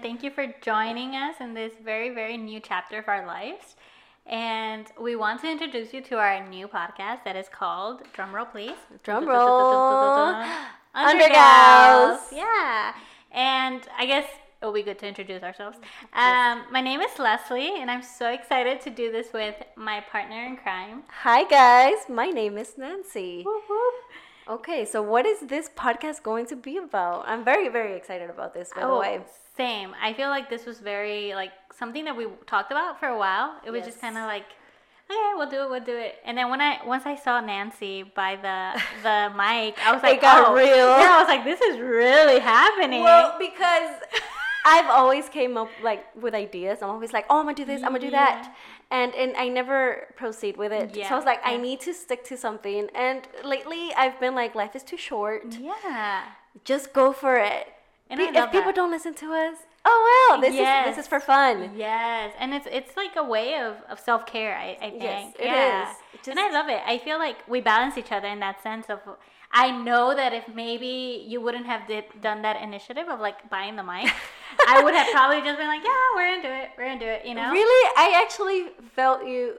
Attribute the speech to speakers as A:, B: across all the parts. A: thank you for joining us in this very, very new chapter of our lives. And we want to introduce you to our new podcast that is called Drumroll, please.
B: Drumroll.
A: Undergals.
B: Undergals.
A: Yeah. And I guess it'll be good to introduce ourselves. Um, my name is Leslie, and I'm so excited to do this with my partner in crime.
B: Hi guys, my name is Nancy.
A: Whoop, whoop.
B: Okay, so what is this podcast going to be about? I'm very very excited about this by the way.
A: Oh, Same. I feel like this was very like something that we talked about for a while. It was just
B: Yes.
A: kind of like, okay, we'll do it, we'll do it. And then when I once I saw Nancy by the the mic, I was
B: It
A: like,
B: got
A: oh.
B: real.
A: Yeah, I was like, this is really happening.
B: Well, because I've always came up like with ideas. I'm always like, oh, I'm gonna do this, I'm gonna do that, and and I never proceed with it. So
A: Yeah,
B: I was like, I
A: yeah.
B: need to stick to something. And lately, I've been like, life is too short.
A: yeah.
B: Just go for it.
A: Mm-hmm. And
B: Be-
A: I
B: if
A: love
B: people
A: that.
B: don't listen to us, oh well, this is
A: Yes.
B: this is for fun.
A: Yes, and it's it's like a way of, of self care. I, I think.
B: Yes, it
A: yeah.
B: is. It
A: and I
B: just-
A: love it. I feel like we balance each other in that sense of. I know that if maybe you wouldn't have did, done that initiative of like buying the mic, I would have probably just been like, yeah, we're into it, we're into it, you know.
B: Really, I actually felt you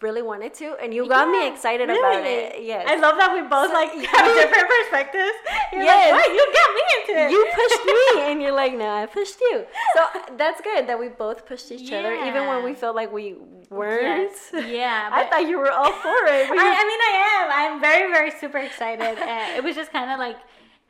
B: really wanted to, and you got me
A: Yeah,
B: excited about
A: really.
B: it. Yes,
A: I love that we both
B: So-
A: like have different perspectives. You're
B: Yes.
A: like, what? You got me into it.
B: you pushed me and you're like no i pushed you so that's good that we both pushed each other even when
A: Yeah.
B: we felt like we weren't
A: Yes. Yeah.
B: i
A: but-
B: thought you were all for it but
A: I,
B: you-
A: I mean, I am. I'm very, very super excited. Uh, it was just kind of like,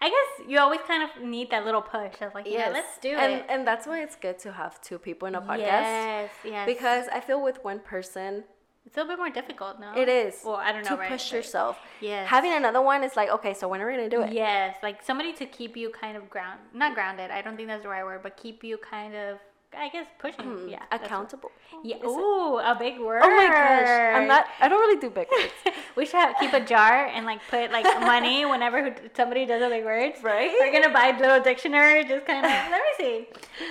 A: I guess you always kind of need that little push of like, yeah,
B: Yes.
A: let's do
B: and,
A: it.
B: and that's why it's good to have two people in a podcast
A: Yes, yes.
B: because i feel with one person
A: it's a little bit more difficult, no?
B: it is
A: Well, I don't know.
B: to
A: right?
B: push
A: But-
B: yourself
A: Yes.
B: having another one is like okay so when are we gonna do it
A: Yes, like somebody to keep you kind of ground, not grounded. I don't think that's the right word, but keep you kind of, I guess, pushing. yeah, that's what-
B: accountable
A: Yeah.
B: Is it-
A: Ooh, a big word.
B: Mm-hmm. oh my gosh i'm not i don't really do big words
A: we should have, keep a jar and like put like money whenever who- somebody does a big word.
B: Right?
A: We're gonna buy a little dictionary, just kind of let me see.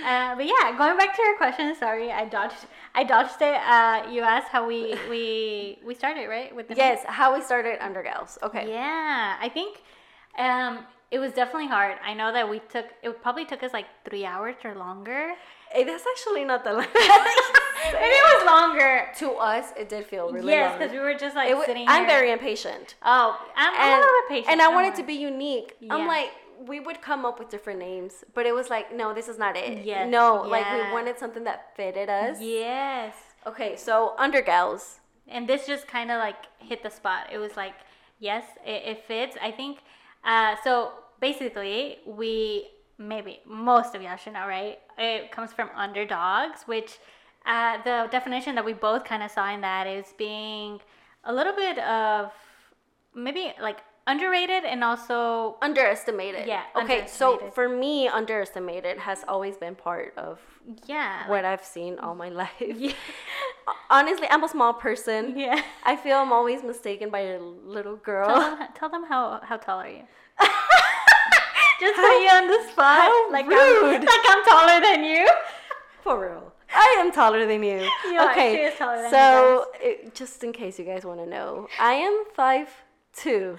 A: Uh, but yeah, going back to your question. Sorry, I dodged. I dodged it. Uh, you asked how we we we started right with the name?
B: yes how we started under gals okay
A: Yeah, I think um, it was definitely hard. I know that we took it probably took us like three hours or longer.
B: Eh, that's actually not the
A: Maybe it was longer.
B: to us, it did feel really
A: yes,
B: long.
A: because we were just like
B: It wa-
A: sitting.
B: I'm
A: here.
B: very impatient.
A: Oh, I'm, I'm a little bit patient.
B: And I
A: don't
B: wanted to
A: worry.
B: be unique.
A: Yeah.
B: I'm like, we would come up with different names, but it was like, no, this is not it.
A: Yes,
B: No, like
A: yeah.
B: we wanted something that fitted us.
A: Yes.
B: Okay, so under gals.
A: And this just kind of like hit the spot. It was like, yes, it, it fits. I think. Uh, so basically, we maybe most of y'all should know, right? It comes from underdogs, which uh, the definition that we both kind of saw in that is being a little bit of maybe like underrated and also
B: Underestimated.
A: Yeah,
B: Okay, so
A: underestimated.
B: for me, underestimated has always been part of
A: yeah, like-
B: what I've seen all my life.
A: yeah,
B: Honestly, I'm a small person.
A: yeah.
B: I feel I'm always mistaken by a little girl.
A: Tell them, tell them how how tall are you? Just put you on the spot.
B: how
A: like I'm,
B: rude.
A: like I'm taller than you.
B: For real. I am taller than you.
A: You are.
B: okay.
A: She is taller than you
B: so, it- just in case you guys want to know, I am five two.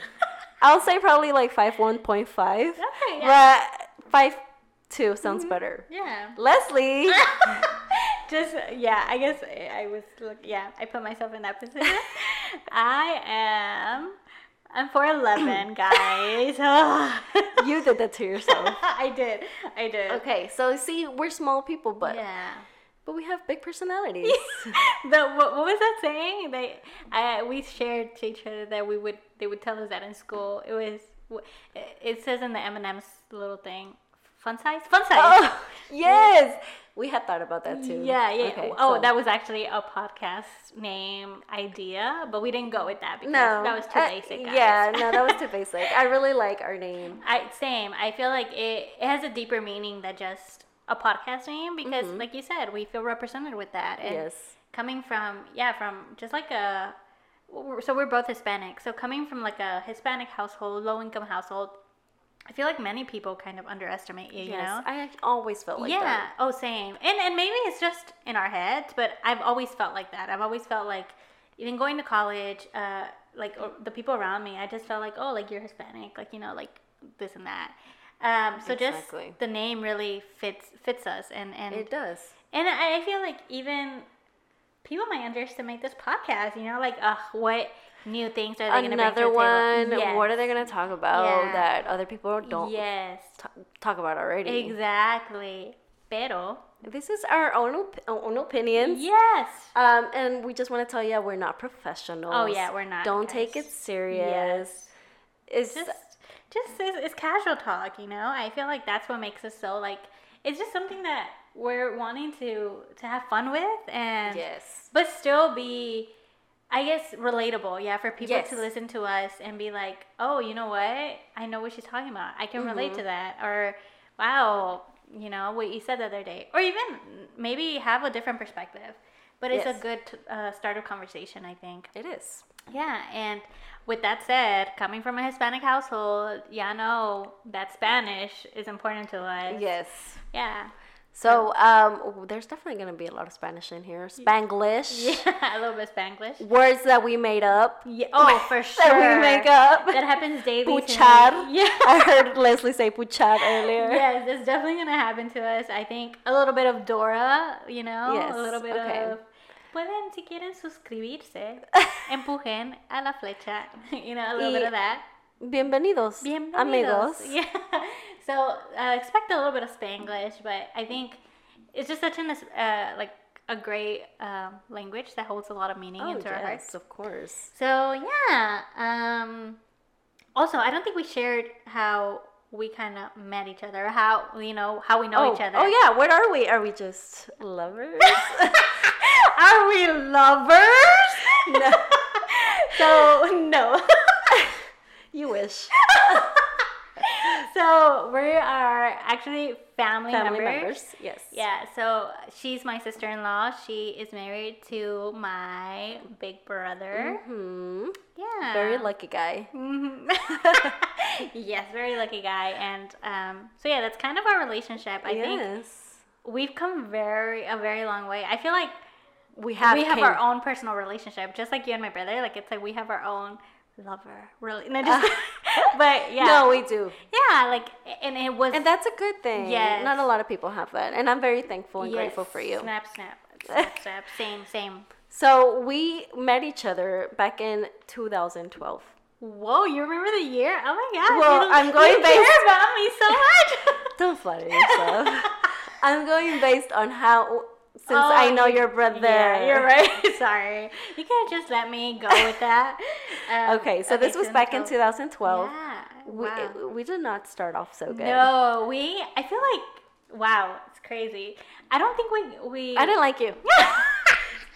B: I'll say probably like five one point five,
A: Okay,
B: but five two
A: Mm-hmm.
B: sounds better.
A: Yeah.
B: Leslie,
A: Just yeah, I guess I, I was look yeah, I put myself in that position. I am I'm 4'11, guys. Ugh.
B: you did that to yourself.
A: I did. I did.
B: Okay, so see, we're small people, but
A: Yeah.
B: but we have big personalities.
A: the what, what was that saying? They I, we shared to each other that we would they would tell us that in school. It was w- it- it says in the M and M's little thing, fun size, fun size.
B: oh, yes, we had thought about that too.
A: Yeah, yeah.
B: Okay,
A: oh,
B: so-
A: that was actually a podcast name idea, but we didn't go with that because that was too
B: uh,
A: basic. guys.
B: Yeah, no, that was too basic. I really like our name.
A: I same. I feel like it, it has a deeper meaning than just a podcast name because, like you said, we feel represented with that. And
B: Mm-hmm. Yes.
A: Coming from yeah, from just like a so we're both Hispanic. So coming from like a Hispanic household, low income household, I feel like many people kind of underestimate you. You
B: Yes,
A: know.
B: I act- always felt like
A: yeah.
B: that.
A: Oh, same. And and maybe it's just in our heads, but I've always felt like that. I've always felt like even going to college, uh, like or the people around me, I just felt like, oh, like you're Hispanic, like you know, like this and that. Um, so
B: Exactly.
A: just the name really fits fits us, and and
B: It does.
A: and I I feel like even people might underestimate this podcast. You know, like uh, what new things are they going to bring to the
B: Another
A: table?
B: one.
A: Yes.
B: What are they gonna talk about
A: Yeah.
B: that other people don't
A: Yes,
B: t- talk about already?
A: exactly. Pero
B: This is our own op- own opinions.
A: yes,
B: Um, and we just want to tell you we're not professionals.
A: Oh, yeah, we're not,
B: Don't take
A: guys.
B: it serious. It's
A: just just it's, it's casual talk. You know, I feel like that's what makes us so like it's just something that we're wanting to to have fun with and
B: yes.
A: but still be i guess relatable yeah for people
B: Yes.
A: to listen to us and be like oh you know what i know what she's talking about i can
B: Mm-hmm.
A: relate to that or wow you know what you said the other day or even maybe have a different perspective but it's
B: Yes.
A: a good uh, start of conversation i think
B: It is.
A: yeah and with that said coming from a hispanic household y'all know that spanish is important to us
B: Yes.
A: yeah
B: So um, there's definitely gonna be a lot of Spanish in here. Spanglish.
A: yeah a little bit spanglish
B: Words that we made up.
A: Yeah. Oh, for sure.
B: That we make up.
A: That happens daily. to me.
B: Puchar.
A: Yeah.
B: I heard Leslie say puchar earlier.
A: yes, it's definitely gonna happen to us. I think a little bit of Dora, you know,
B: Yes,
A: a little bit
B: okay.
A: of. Pueden si quieren suscribirse, empujen a la flecha, you know, a little
B: Y-
A: bit of that.
B: Bienvenidos,
A: Bienvenidos.
B: amigos.
A: Yeah. So uh, expect a little bit of Spanglish, but I think it's just such an uh, like a great um, language that holds a lot of meaning
B: Oh,
A: into our hearts.
B: yes, of course.
A: So yeah. Um, also, I don't think we shared how we kind of met each other, how you know how we know
B: oh,
A: each other.
B: oh yeah, what are we? Are we just lovers?
A: are we lovers?
B: No.
A: so no.
B: you wish.
A: so we are actually family,
B: Family
A: members.
B: members. Yes.
A: Yeah, so she's my sister in law. She is married to my big brother.
B: Hmm.
A: Yeah.
B: Very lucky guy.
A: Mhm. yes, very lucky guy. And um, so yeah, that's kind of our relationship. I think
B: yes.
A: we've come very a very long way. I feel like
B: we have
A: we have
B: came-
A: our own personal relationship, just like you and my brother. Like it's like we have our own lover, really. No, just, but yeah,
B: Uh. No, we do.
A: yeah, like and it was
B: And that's a good thing.
A: Yes.
B: Not a lot of people have that. And I'm very thankful and
A: yes,
B: grateful for you.
A: Snap, snap, snap, snap. Same, same.
B: So we met each other back in 2012.
A: Whoa, you remember the year? Oh my god!
B: Well,
A: you-
B: I'm going
A: you care
B: based-
A: about me so much.
B: Don't flatter yourself. I'm going based on how, since
A: Oh,
B: I know
A: you-
B: your brother.
A: Yeah, you're right. Sorry. You could have just let me go with that. Um,
B: Okay, so this was back in
A: 2012.
B: 2012.
A: Yeah.
B: We,
A: wow.
B: we did not start off so good.
A: No, we, I feel like, wow, it's crazy. I don't think we, we.
B: I didn't like you.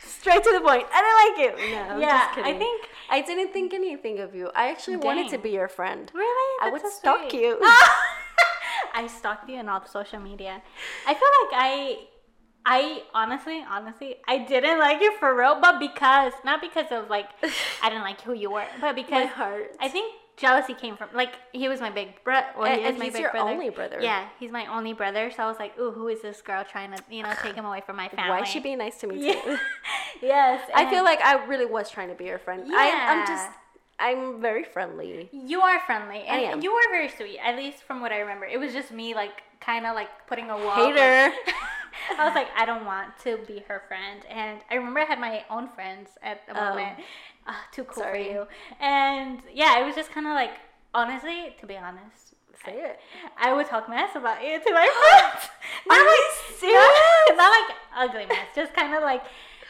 B: Straight to the point. I didn't like you. No, I'm
A: Yeah,
B: just
A: I
B: kidding.
A: think-
B: I didn't think anything of you. I actually wanted to
A: Dang.
B: be your friend.
A: really?
B: I
A: That's
B: would
A: so
B: stalk
A: sweet. Ah,
B: you.
A: I stalked you on all the social media. I feel like I, I honestly, honestly, I didn't like you for real, but because, not because of like, I didn't like who you were, but
B: My
A: because
B: heart.
A: I think jealousy came from like he was my big brother. Well, he
B: And-
A: is
B: and
A: my
B: he's
A: big
B: your
A: brother.
B: only brother.
A: Yeah, he's my only brother. So I was like, ooh, who is this girl trying to you know take him away from my family?
B: Why is she being nice to me?
A: Yeah.
B: Too?
A: yes,
B: I feel like I really was trying to be your friend. I, I'm
A: Yeah.
B: just, I'm very friendly.
A: you are friendly and
B: am.
A: you are very sweet. At least from what I remember, it was just me like kind of like putting a wall.
B: Hater.
A: like- I was like, I don't want to be her friend, and I remember I had my own friends at the
B: Oh.
A: moment. Ah, too cool
B: Sorry.
A: for you. And yeah, it was just kind of like honestly, to be honest,
B: Say it.
A: I would talk mess about you to my friends. Not
B: Are you
A: like Not, not like ugly mess, just kind of like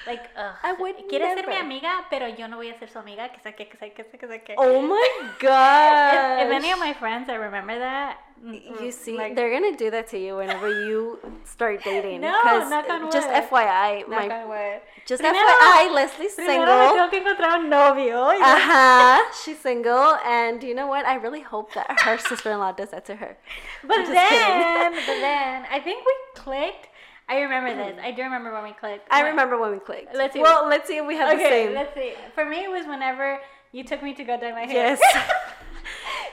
A: like ugh.
B: I would
A: Quieres ser mi
B: never.
A: amiga, pero yo no voy a ser su amiga. Que saque, que saque, que saque, que saque.
B: Oh my god.
A: If, if any of my friends, I remember that. mm,
B: You see,
A: like-
B: they're gonna do that to you whenever you start dating.
A: No,
B: 'cause
A: knock on
B: just
A: wood.
B: FYI,
A: knock
B: my
A: on wood.
B: just
A: Primero-
B: FYI, Leslie's
A: Primero me
B: single.
A: tengo que encontrar un novio. y
B: Uh huh. She's single, and you know what? I really hope that her sister-in-law does that to her.
A: But
B: just
A: then,
B: kidding.
A: but then, I think we clicked. I remember this. I do remember when we clicked.
B: Hmm. I
A: When-
B: remember when we clicked.
A: Let's see.
B: Well, let's see if we have the
A: Okay,
B: same.
A: let's see. For me, it was whenever you took me to go dye my hair.
B: yes.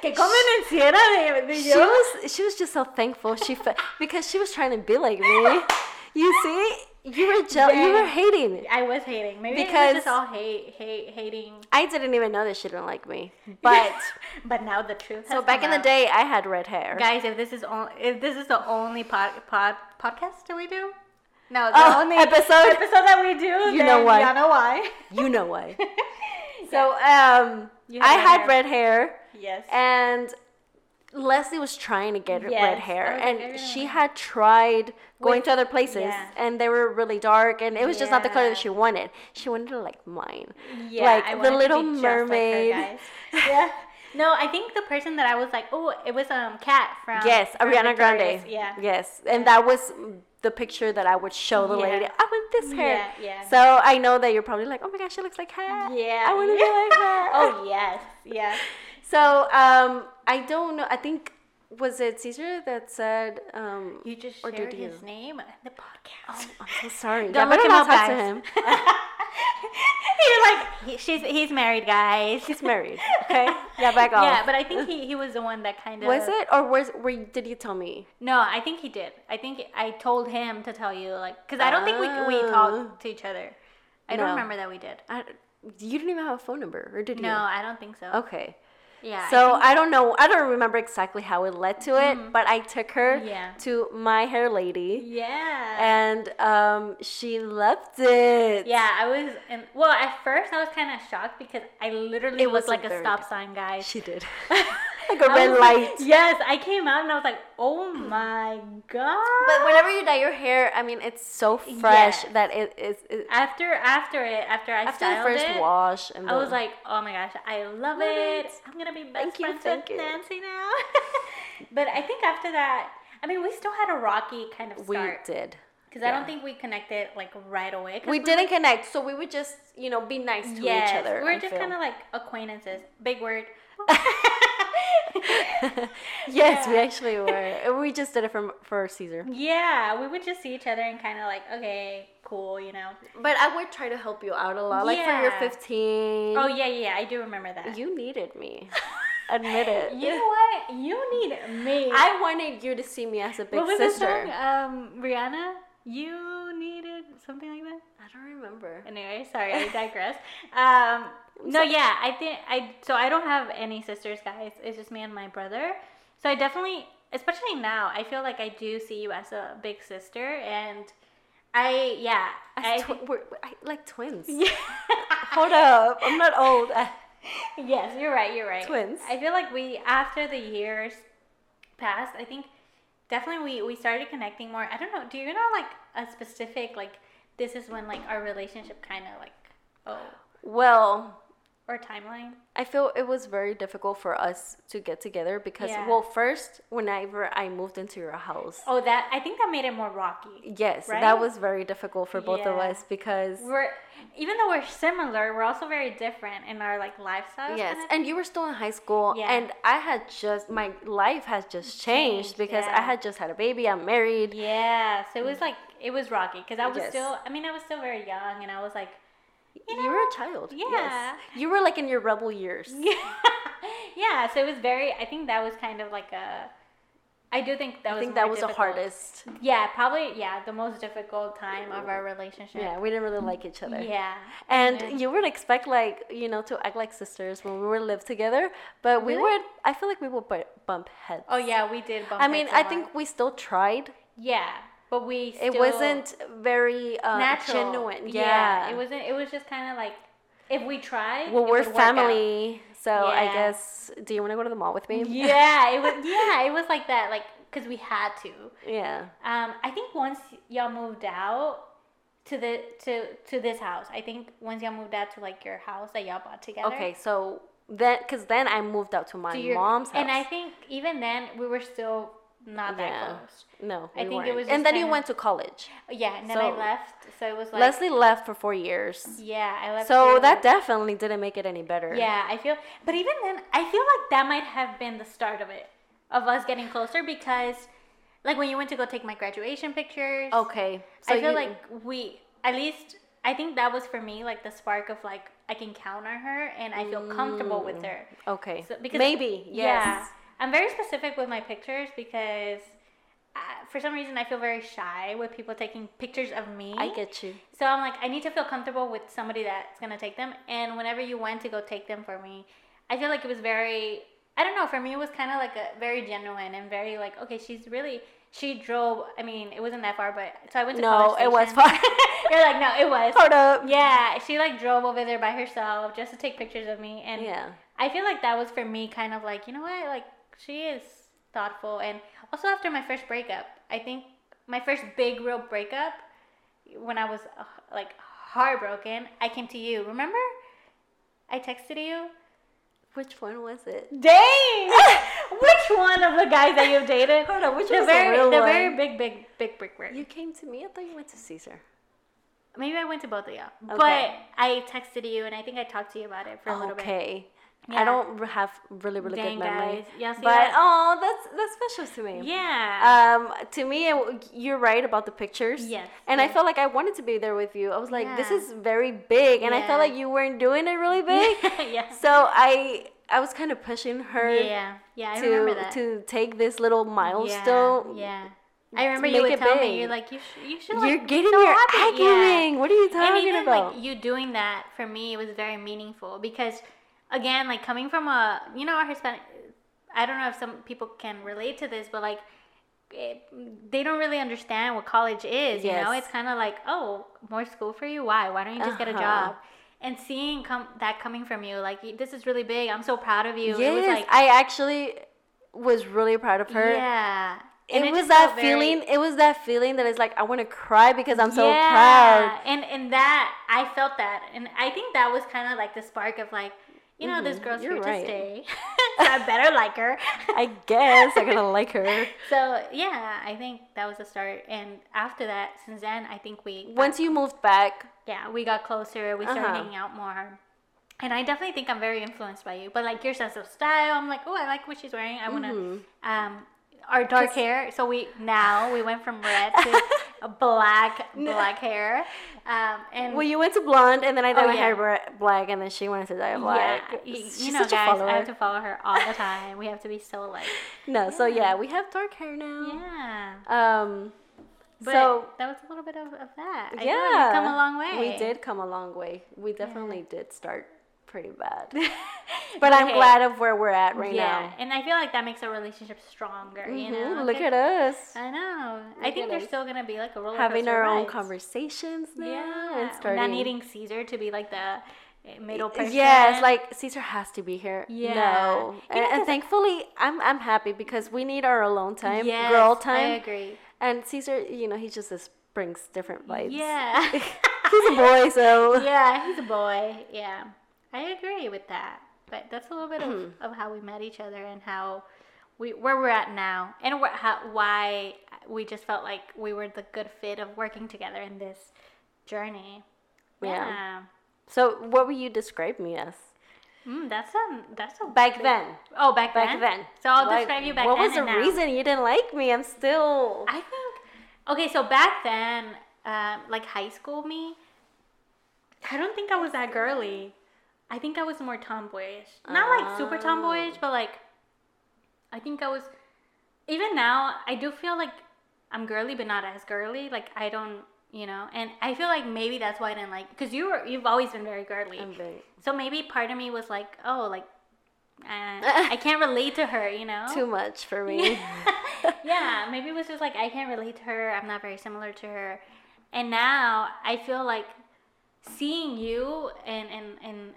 A: que convenenciera de, de
B: she
A: yo.
B: was she was just so thankful she fe- because she was trying to be like me. You see, You were jeal- you were
A: Dang.
B: hating.
A: I was hating. Maybe
B: Because-
A: it was just all hate, hate, hating.
B: I didn't even know that she didn't like me. But
A: but now the truth.
B: so
A: has
B: back
A: come
B: in the
A: out.
B: day, I had red hair.
A: guys, if this is only if this is the only pod, pod podcast that we do, no, the
B: Oh,
A: only
B: episode?
A: episode that we do,
B: You
A: then
B: know why.
A: Y'all know why.
B: You know why?
A: so
B: so um,
A: You had
B: I
A: red
B: had
A: hair.
B: red hair,
A: yes,
B: and Leslie was trying to get red
A: Yes,
B: hair,
A: I was like,
B: and
A: I
B: she
A: remember.
B: had tried going
A: With-
B: to other places,
A: yeah.
B: and they were really dark, and it was just not the color
A: Yeah.
B: that she wanted. She wanted to like mine.
A: yeah,
B: like
A: I wanted
B: The
A: to
B: Little
A: be just like her,
B: Mermaid.
A: guys. yeah. No, I think the person that I was like, oh, it was um Cat from
B: Yes,
A: from
B: Ariana
A: Victorious.
B: Grande.
A: Yeah.
B: Yes, and that was the picture that I would show the
A: Yeah.
B: lady. I want this hair.
A: Yeah, yeah.
B: So I know that you're probably like, oh my gosh, she looks like her.
A: Yeah.
B: I want to be like her.
A: oh yes, yes.
B: So um, I don't know. I think was it Caesar that said um,
A: You just
B: Or
A: shared
B: did you?
A: his name in the podcast.
B: I'm so sorry.
A: Don't
B: I
A: look
B: better
A: him
B: not
A: up,
B: talk to
A: guys.
B: him.
A: You're like he, she's he's married, guys.
B: He's married. Okay. Yeah, back off.
A: Yeah, but uh, I think he, he was the one that kind of
B: was it or was were you, did you tell me?
A: No, I think he did. I think I told him to tell you, like, because I don't think we we
B: Oh.
A: talked to each other. I don't
B: No.
A: remember that we did.
B: I, you didn't even have a phone number, or did you?
A: No, I don't think so.
B: Okay.
A: Yeah. I
B: So
A: think-
B: I don't know. I don't remember exactly how it led to it, but I took her
A: Yeah.
B: to my hair lady,
A: yeah.
B: and um, she loved it.
A: yeah, I was, in, well, at first I was kind of shocked because I literally
B: It
A: was
B: was
A: like
B: a
A: a
B: very
A: stop sign, guys.
B: she did. like a
A: I
B: red
A: was
B: light.
A: yes, I came out and I was like, oh my god.
B: But whenever you dye your hair, I mean, it's so fresh
A: Yes.
B: that it is. It,
A: after after it, after I
B: after the
A: styled
B: first
A: it,
B: wash, and
A: I was
B: the-
A: like, oh my gosh, I love,
B: Love
A: it.
B: it.
A: I'm gonna be best
B: Thank you,
A: friends
B: thank
A: with
B: you.
A: Nancy now. but I think after that, I mean, we still had a rocky kind of
B: we
A: start
B: did.
A: because I don't think we connected like right away. 'cause
B: We didn't connect, so we would just, you know, be nice to
A: yes,
B: each other.
A: we were
B: I
A: just
B: feel.
A: kind of like acquaintances. Big word.
B: yes, we
A: Yeah.
B: actually were. We just did it for for Caesar.
A: yeah, we would just see each other and kind of like, okay, cool, you know.
B: But I would try to help you out a lot, like for your
A: Yeah.
B: 15.
A: Oh yeah, yeah, I do remember that.
B: you needed me. Admit it.
A: You know what? You need me.
B: I wanted you to see me as a big
A: what was
B: sister.
A: the song? Um, Rihanna. You needed something like that.
B: I don't remember.
A: Anyway, sorry, I digress. Um, no, yeah, I think I so I don't have any sisters, guys. It's just me and my brother. So I definitely, especially now, I feel like I do see you as a big sister, and I yeah, I,
B: As twi- we're, I like twins.
A: yeah.
B: Hold up, I'm not old.
A: yes, you're right. You're right.
B: Twins.
A: I feel like we after the years passed, I think definitely we we started connecting more. I don't know. Do you know like a specific like this is when like our relationship kind of like oh
B: well,
A: or timeline?
B: I feel it was very difficult for us to get together because,
A: Yeah.
B: well, first, whenever I moved into your house,
A: Oh, that I think that made it more rocky.
B: yes,
A: Right?
B: that was very difficult for both of
A: Yeah.
B: us because
A: We're even though we're similar, we're also very different in our like lifestyles.
B: Yes,
A: kinda.
B: and you were still in high school,
A: Yeah.
B: and I had just my life has just
A: Changed,
B: changed because
A: yeah.
B: I had just had a baby. I'm married.
A: yeah. So it was like it was rocky because I was
B: Mm. Yes.
A: still. I mean, I was still very young, and I was like.
B: You,
A: know,
B: were a child.
A: yeah.
B: you were like in your rebel years.
A: Yeah. yeah. So it was very. I think that was kind of like a. I do think that
B: I
A: was.
B: think
A: more
B: that was the
A: difficult.
B: hardest.
A: Yeah, probably. Yeah, the most difficult time of our relationship.
B: Yeah, we didn't really like each other.
A: Yeah.
B: And
A: Yeah.
B: you would expect like you know to act like sisters when we were live together, but we
A: Really?
B: would. I feel like we would bu- bump heads.
A: Oh yeah, we did. Bump
B: I mean,
A: heads a
B: I
A: lot.
B: think we still tried.
A: Yeah, but we. Still,
B: It wasn't very uh,
A: natural,
B: genuine. Yeah.
A: it wasn't. It was just kind of like if we tried.
B: Well,
A: it
B: we're
A: would work out.
B: family, so I
A: Yeah.
B: guess. Do you want to go to the mall with me?
A: Yeah, it was. Yeah, it was like that. Like because we had to.
B: Yeah.
A: Um, I think once y'all moved out to the to to this house, I think once y'all moved out to like your house that y'all bought together.
B: Okay, so then, because then I moved out to my
A: to your-
B: mom's house.
A: And I think even then we were still not that
B: Yeah.
A: close.
B: no,
A: I
B: we
A: think it
B: weren't.
A: was just
B: And then you
A: kinda-
B: went to college.
A: Yeah, and then
B: So-
A: I left, so it was like
B: Leslie left for four years,
A: yeah, I left.
B: so
A: too.
B: that definitely didn't make it any better.
A: yeah, I feel. But even then, I feel like that might have been the start of it, of us getting closer because, like when you went to go take my graduation pictures.
B: Okay. So
A: I feel
B: you-
A: like we, at least, I think that was for me like the spark of like I can count on her and I feel comfortable with her.
B: okay,
A: So,
B: Mm. maybe yes.
A: I'm very specific with my pictures because uh, for some reason I feel very shy with people taking pictures of me.
B: I get you.
A: So I'm like, I need to feel comfortable with somebody that's gonna take them. And whenever you went to go take them for me, I feel like it was very, I don't know, for me it was kind of like a very genuine and very like, okay, she's really, she drove. I mean, it wasn't that far, but so I went to.
B: No,
A: College
B: it was
A: Station.
B: far.
A: You're like, no, it was.
B: Hold up.
A: Yeah, she like drove over there by herself just to take pictures of me, and
B: Yeah.
A: I feel like that was for me kind of like, you know what? Like she is thoughtful and also after my first breakup, I think my first big real breakup when I was uh, like heartbroken, I came to you. Remember? I texted you.
B: Which one was it?
A: Dang! which one of the guys that you've dated?
B: Hold on, which
A: the
B: was the
A: very,
B: real
A: the
B: one?
A: very big, big, big break break.
B: You came to me. I thought you went to Caesar.
A: Maybe I went to both of y'all, but
B: Okay.
A: I texted you and I think I talked to you about it for a little bit.
B: Okay.
A: Yeah.
B: I don't re- have really really
A: Dang,
B: good memory.
A: guys. Y'all see
B: but
A: that?
B: oh, that's that's special to me.
A: Yeah.
B: Um, to me, it, you're right about the pictures.
A: Yes,
B: And I
A: yes.
B: felt like I wanted to be there with you. I was like, this
A: Yeah.
B: is very big, and I felt
A: Yeah.
B: like you weren't doing it really
A: Uh,
B: big.
A: yeah.
B: So I I was kind of pushing her
A: Yeah. Yeah. I remember
B: to
A: that.
B: to take this little
A: Yeah,
B: milestone.
A: Yeah. I remember you
B: make
A: would
B: it
A: tell me
B: big.
A: you're like you sh- you should
B: You're
A: like
B: getting
A: so
B: your
A: happy.
B: act
A: Yeah.
B: moving. What are you
A: And
B: talking
A: even
B: about?
A: like you doing that for me was very meaningful because again like coming from a you know our Hispanic I don't know if some people can relate to this but like it, they don't really understand what college is you know
B: Yes.
A: it's kind of like oh more school for you why why don't you just get a
B: Uh-huh.
A: job and seeing come that coming from you like this is really big I'm so proud of you
B: yes,
A: it was like
B: I actually was really proud of her.
A: yeah
B: It,
A: And
B: was
A: just
B: that
A: felt very-
B: feeling. It was that feeling that is like I want to cry because I'm so
A: Yeah,
B: proud.
A: And and that I felt that, and I think that was kind of like the spark of like, you know, this
B: Mhm,
A: girl's
B: you're
A: here to
B: right.
A: stay, so I better like her.
B: I guess I'm gonna like her.
A: so yeah, I think that was the start, and after that, since then, I think we got-
B: Once you moved back,
A: yeah we got closer. We started
B: Uh-huh.
A: hanging out more. And I definitely think I'm very influenced by you, but like your sense of style, I'm like, oh, I like what she's wearing. I wanna,
B: Mhm.
A: um, our dark
B: Just-
A: hair. So we now we went from red to black, black hair. Um, and
B: well, you went to blonde, and then I
A: Oh,
B: dyed my
A: yeah.
B: hair bra- black, and then she wanted to dye it
A: Yeah,
B: black.
A: y- you,
B: She's
A: know,
B: such a
A: guys,
B: follower.
A: I have to follow her all the time. We have to be so like,
B: no, so
A: Yeah.
B: yeah, we have dark hair now.
A: yeah.
B: Um,
A: But
B: Mm-hmm. so
A: that was a little bit of, of that. I
B: yeah,
A: know, you've come a long way.
B: We did come a long way. We definitely did start pretty bad, but I'm
A: Okay.
B: glad of where we're at right
A: yeah,
B: now.
A: and I feel like that makes our relationship stronger. You
B: Mhm,
A: know,
B: Look
A: Okay.
B: at us
A: I know. I
B: Look
A: think
B: at
A: there's
B: us.
A: still gonna be like a roller
B: having
A: coaster
B: our own
A: rides.
B: conversations now
A: Yeah,
B: and starting.
A: not needing Caesar to be like the eh, middle person.
B: Yes, like Caesar has to be here.
A: Yeah.
B: No.
A: You
B: And,
A: know,
B: and
A: 'cause-
B: thankfully, I'm I'm happy because we need our alone time,
A: Yes,
B: girl
A: I
B: time.
A: agree.
B: And Caesar, you know, he just is, brings different vibes.
A: Yeah,
B: He's a boy, so.
A: yeah, he's a boy. Yeah, I agree with that. But that's a little bit of,
B: Mm-hmm.
A: of how we met each other and how we where we're at now, and what how, why we just felt like we were the good fit of working together in this journey.
B: Yeah.
A: Yeah,
B: So, what would you describe me as?
A: Mm, that's a that's a
B: Back
A: big-
B: then.
A: Oh, back
B: Back
A: then.
B: then.
A: So I'll
B: Like,
A: describe you back
B: What
A: then.
B: was the
A: and now.
B: reason you didn't like me? I'm still.
A: I think okay, so back then, um, like high school me, I don't think I was that girly. I think I was more tomboyish. Not like super
B: Oh.
A: tomboyish, but like I think I was even now I do feel like I'm girly but not as girly. Like I don't you know, and I feel like maybe that's why I didn't like because you were you've always been very girly.
B: I'm very-
A: so maybe part of me was like, oh, like uh, I can't relate to her, you know.
B: Too much for me.
A: yeah, maybe it was just like I can't relate to her. I'm not very similar to her. And now I feel like seeing you and and and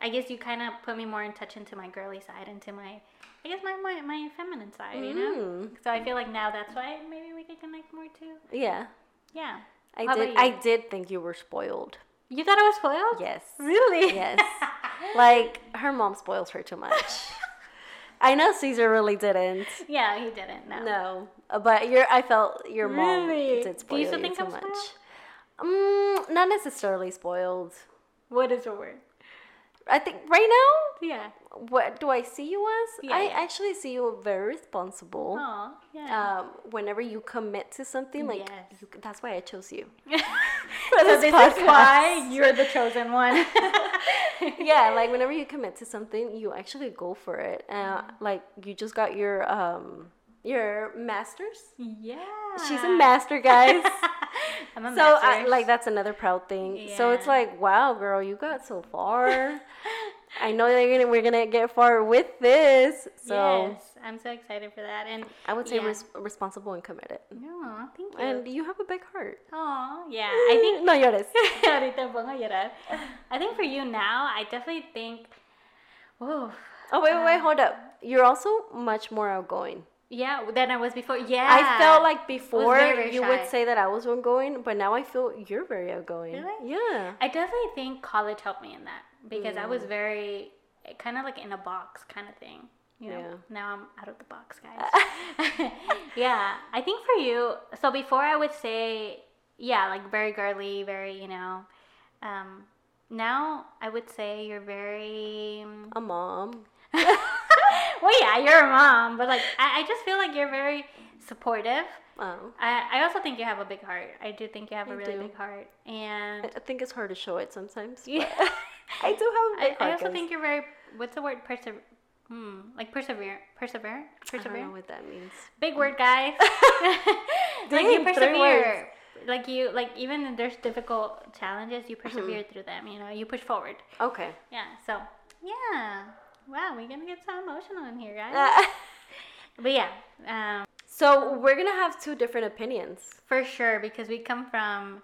A: I guess you kind of put me more in touch into my girly side, into my I guess my my, my feminine side, you know.
B: Mm.
A: So I feel like now that's why maybe we could connect more too.
B: Yeah.
A: Yeah.
B: I
A: How about
B: did.
A: you?
B: I did think you were spoiled.
A: You thought I was spoiled?
B: Yes.
A: Really?
B: Yes. like her mom spoils her too much. I know Caesar really didn't.
A: yeah, he didn't. No.
B: No, but your I felt your mom
A: Really?
B: did
A: Do
B: spoil
A: you
B: you,
A: still think
B: too
A: I'm
B: much.
A: spoiled?
B: Mm, not necessarily spoiled.
A: What is the word?
B: I think right
A: Yeah.
B: now, what do I see you as?
A: Yeah,
B: I
A: yeah.
B: actually see you very responsible.
A: Oh, yeah.
B: Um, whenever you commit to something, like
A: Yes.
B: you, that's why I chose you.
A: so
B: this
A: this is
B: podcast.
A: why you're the chosen one.
B: yeah, like whenever
A: Mm-hmm.
B: you commit to something, you actually go for it. Uh, Like you just got your um, your masters.
A: Yeah.
B: She's a master, guys.
A: I'm a
B: so I,
A: master.
B: like that's another proud thing. So it's
A: Yeah.
B: like, wow, girl, you got so far. I know that you're gonna, we're gonna get far with this. So
A: yes, I'm so excited for that. And
B: I would say
A: Yeah.
B: res- responsible and committed.
A: no, thank you.
B: And you have a big heart.
A: Oh, yeah. I think
B: no llores.
A: ahorita me pongo a llorar. I think for you now, I definitely think, oh,
B: Oh wait, wait, wait, hold up. You're also much more outgoing.
A: yeah, than I was before. Yeah,
B: I felt like before
A: very, very
B: you
A: shy.
B: would say that I was outgoing, but now I feel you're very outgoing.
A: Really?
B: Yeah.
A: I definitely think college helped me in that because I
B: Mm.
A: was very kind of like in a box kind of thing. You know,
B: Yeah.
A: now I'm out of the box, guys. yeah, I think for you. So before I would say, yeah, like very girly, very you know. Um, now I would say you're very.
B: A mom.
A: well, yeah, you're a mom, but like I, I just feel like you're very supportive.
B: Oh.
A: I, I also think you have a big heart. I do think you have a
B: I
A: really
B: do.
A: big heart,
B: I
A: and
B: I think it's hard to show it sometimes.
A: Yeah.
B: but I do have a
A: I,
B: big
A: I
B: heart,
A: also
B: guys.
A: think you're very. What's the word? Persever. Hmm, like persevere, persevere,
B: I don't know
A: persevere.
B: what that means.
A: Big word, guys. like
B: Dang,
A: you
B: three
A: persevere. Like you, like even if there's difficult challenges,
B: Mm-hmm.
A: you persevere through them. You know, you push forward.
B: Okay.
A: Yeah. So, yeah. Wow, we're gonna get so emotional in here, guys.
B: Uh,
A: but yeah, um,
B: so we're gonna have two different opinions.
A: for sure, because we come from,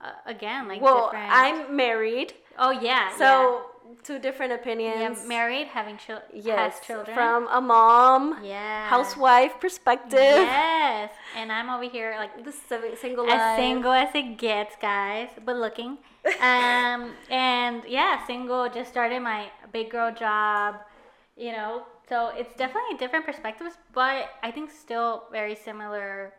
A: uh, again, like
B: Well,
A: different.
B: I'm married,
A: Oh yeah.
B: so two different
A: yeah. Yeah,
B: opinions.
A: married, having chil-
B: yes,
A: has children.
B: from a mom,
A: yeah.
B: housewife perspective.
A: Yes, and I'm over here like
B: The seven, single
A: as
B: life.
A: single as it gets, guys, but looking. Um, and yeah, single. Just started my big girl job, you know. So it's definitely different perspectives, but I think still very similar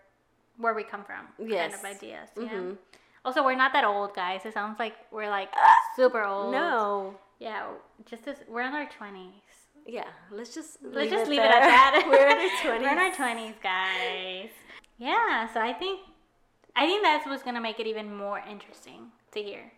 A: where we come from. kind
B: Yes.
A: of ideas. Yeah.
B: Mhm.
A: Also, we're not that old, guys. It sounds like we're like super old.
B: No.
A: Yeah, just as we're in our twenties.
B: Yeah. Let's just
A: Let's just leave it at
B: there.
A: that.
B: We're in our twenties.
A: We're in our twenties, guys. Yeah, so I think I think that's what's gonna make it even more interesting to hear.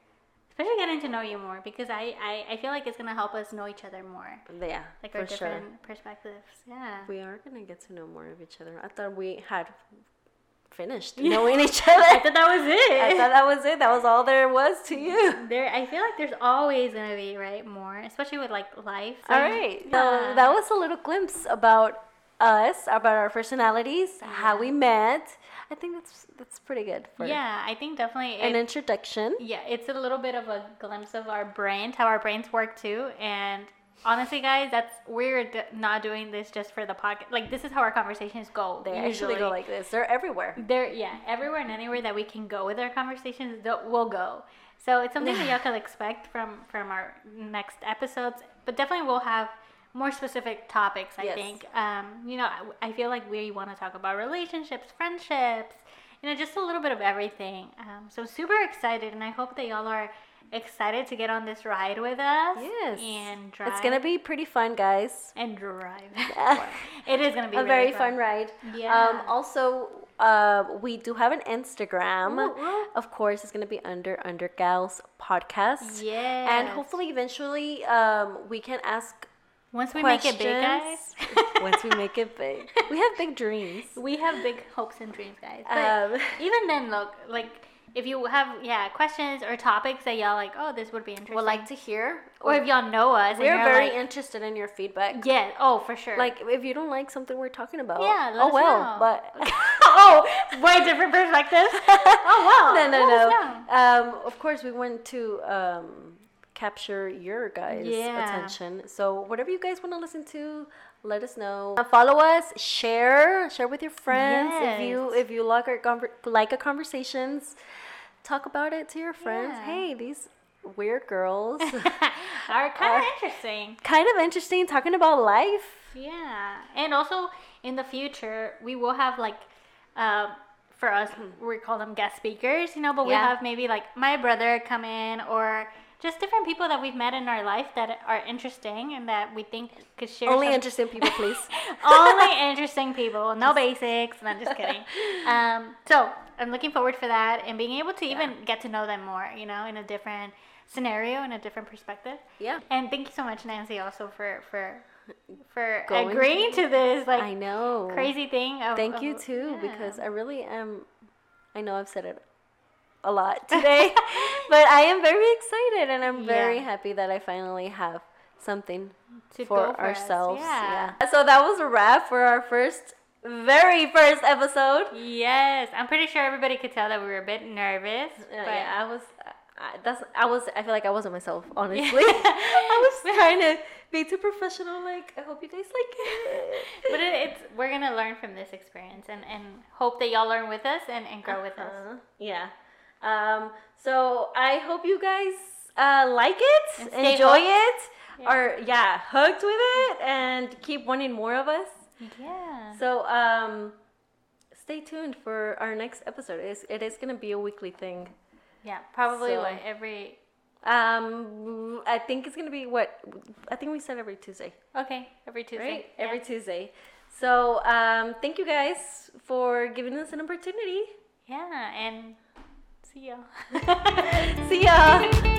A: Especially getting to know you more because I, I, I feel like it's gonna help us know each other more.
B: Yeah.
A: Like our
B: for sure.
A: different perspectives. Yeah.
B: We are gonna get to know more of each other. I thought we had finished knowing each other.
A: I thought that was it.
B: I thought that was it. That was all there was to you.
A: there I feel like there's always gonna be, right, more. Especially with like life. So,
B: All right.
A: yeah.
B: So that was a little glimpse about us, about our personalities, how we met. I think that's that's pretty good for
A: Yeah, I think definitely it-
B: an introduction.
A: Yeah, it's a little bit of a glimpse of our brains, how our brains work too. And honestly, guys, that's we're d- not doing this just for the podcast. Like this is how our conversations go.
B: They actually go like this. They're everywhere.
A: there, yeah, everywhere and anywhere that we can go with our conversations, th- we'll go. So it's something that y'all can expect from from our next episodes. But definitely, we'll have more specific topics. I
B: Yes.
A: think. Um, you know, I, I feel like we want to talk about relationships, friendships. You know, just a little bit of everything. Um, so I'm super excited, and I hope that y'all are excited to get on this ride with us.
B: Yes.
A: and drive.
B: It's gonna be pretty fun, guys.
A: and drive. it is gonna be
B: A
A: really
B: very fun ride.
A: Yeah.
B: Um, also, uh, we do have an Instagram.
A: Ooh, ooh.
B: Of course, it's gonna be under Under Gals Podcast.
A: Yeah,
B: And hopefully, eventually, um, we can ask
A: once we
B: questions.
A: make it big, guys.
B: once we make it big, we have big dreams.
A: We have big hopes and dreams, guys. But
B: Um,
A: even then, look, like if you have yeah questions or topics that y'all like, oh, this would be interesting.
B: would like to hear.
A: or if y'all know us,
B: We're very
A: like,
B: interested in your feedback.
A: yeah. Oh, for sure.
B: Like, if you don't like something we're talking about,
A: Yeah, let
B: oh
A: us
B: well.
A: know.
B: But
A: oh, way different perspectives. oh wow.
B: no, no,
A: Let us
B: no.
A: know.
B: Um, of course, we want to um, capture your guys'
A: Yeah.
B: attention. So, whatever you guys want to listen to, let us know. Uh, follow us, share, share with your friends. If you
A: Yes.
B: if you like our conver- like our conversations, talk about it to your friends.
A: Yeah.
B: Hey, these weird girls,
A: Are kind
B: Uh,
A: of interesting.
B: kind of interesting, talking about life.
A: Yeah, and also in the future we will have like, um, for us we call them guest speakers, you know. But we
B: Yeah.
A: have maybe like my brother come in, or just different people that we've met in our life that are interesting and that we think could share.
B: Only
A: some-
B: interesting people, please.
A: only interesting people. No basics. No, just kidding. Um, so I'm looking forward for that and being able to even get to know them more, you know, in a different scenario, in a different perspective.
B: Yeah.
A: And thank you so much, Nancy, also for for for
B: Going
A: agreeing to this like
B: I know.
A: crazy thing. Of,
B: Thank
A: of-
B: you too,
A: Oh, yeah.
B: because I really am. I know I've said it a lot today, but I am very excited and I'm very
A: Yeah.
B: happy that I finally have something
A: To
B: for
A: go for us,
B: ourselves.
A: yeah.
B: So that was a wrap for our first, very first episode.
A: Yes, I'm pretty sure everybody could tell that we were a bit nervous.
B: Uh,
A: but
B: yeah, I was. I, that's I was. I feel like I wasn't myself, honestly.
A: I
B: I was trying to be too professional. Like I hope you guys like it.
A: but it, it's we're gonna learn from this experience and, and hope that y'all learn with us and, and grow with us.
B: Uh, yeah. Um, so I hope you guys uh, like it,
A: And stay
B: enjoy
A: hooked.
B: it,
A: Yeah.
B: or yeah, hooked with it, and keep wanting more of us.
A: Yeah.
B: So um, stay tuned for our next episode. It's, it is going to be a weekly thing.
A: Yeah, probably
B: So-
A: what every
B: Um, I think it's going to be what I think we said every Tuesday,
A: okay every Tuesday.
B: right?
A: Yeah.
B: Every Tuesday. So um, thank you guys for giving us an opportunity.
A: yeah, and see y'all.
B: See ya.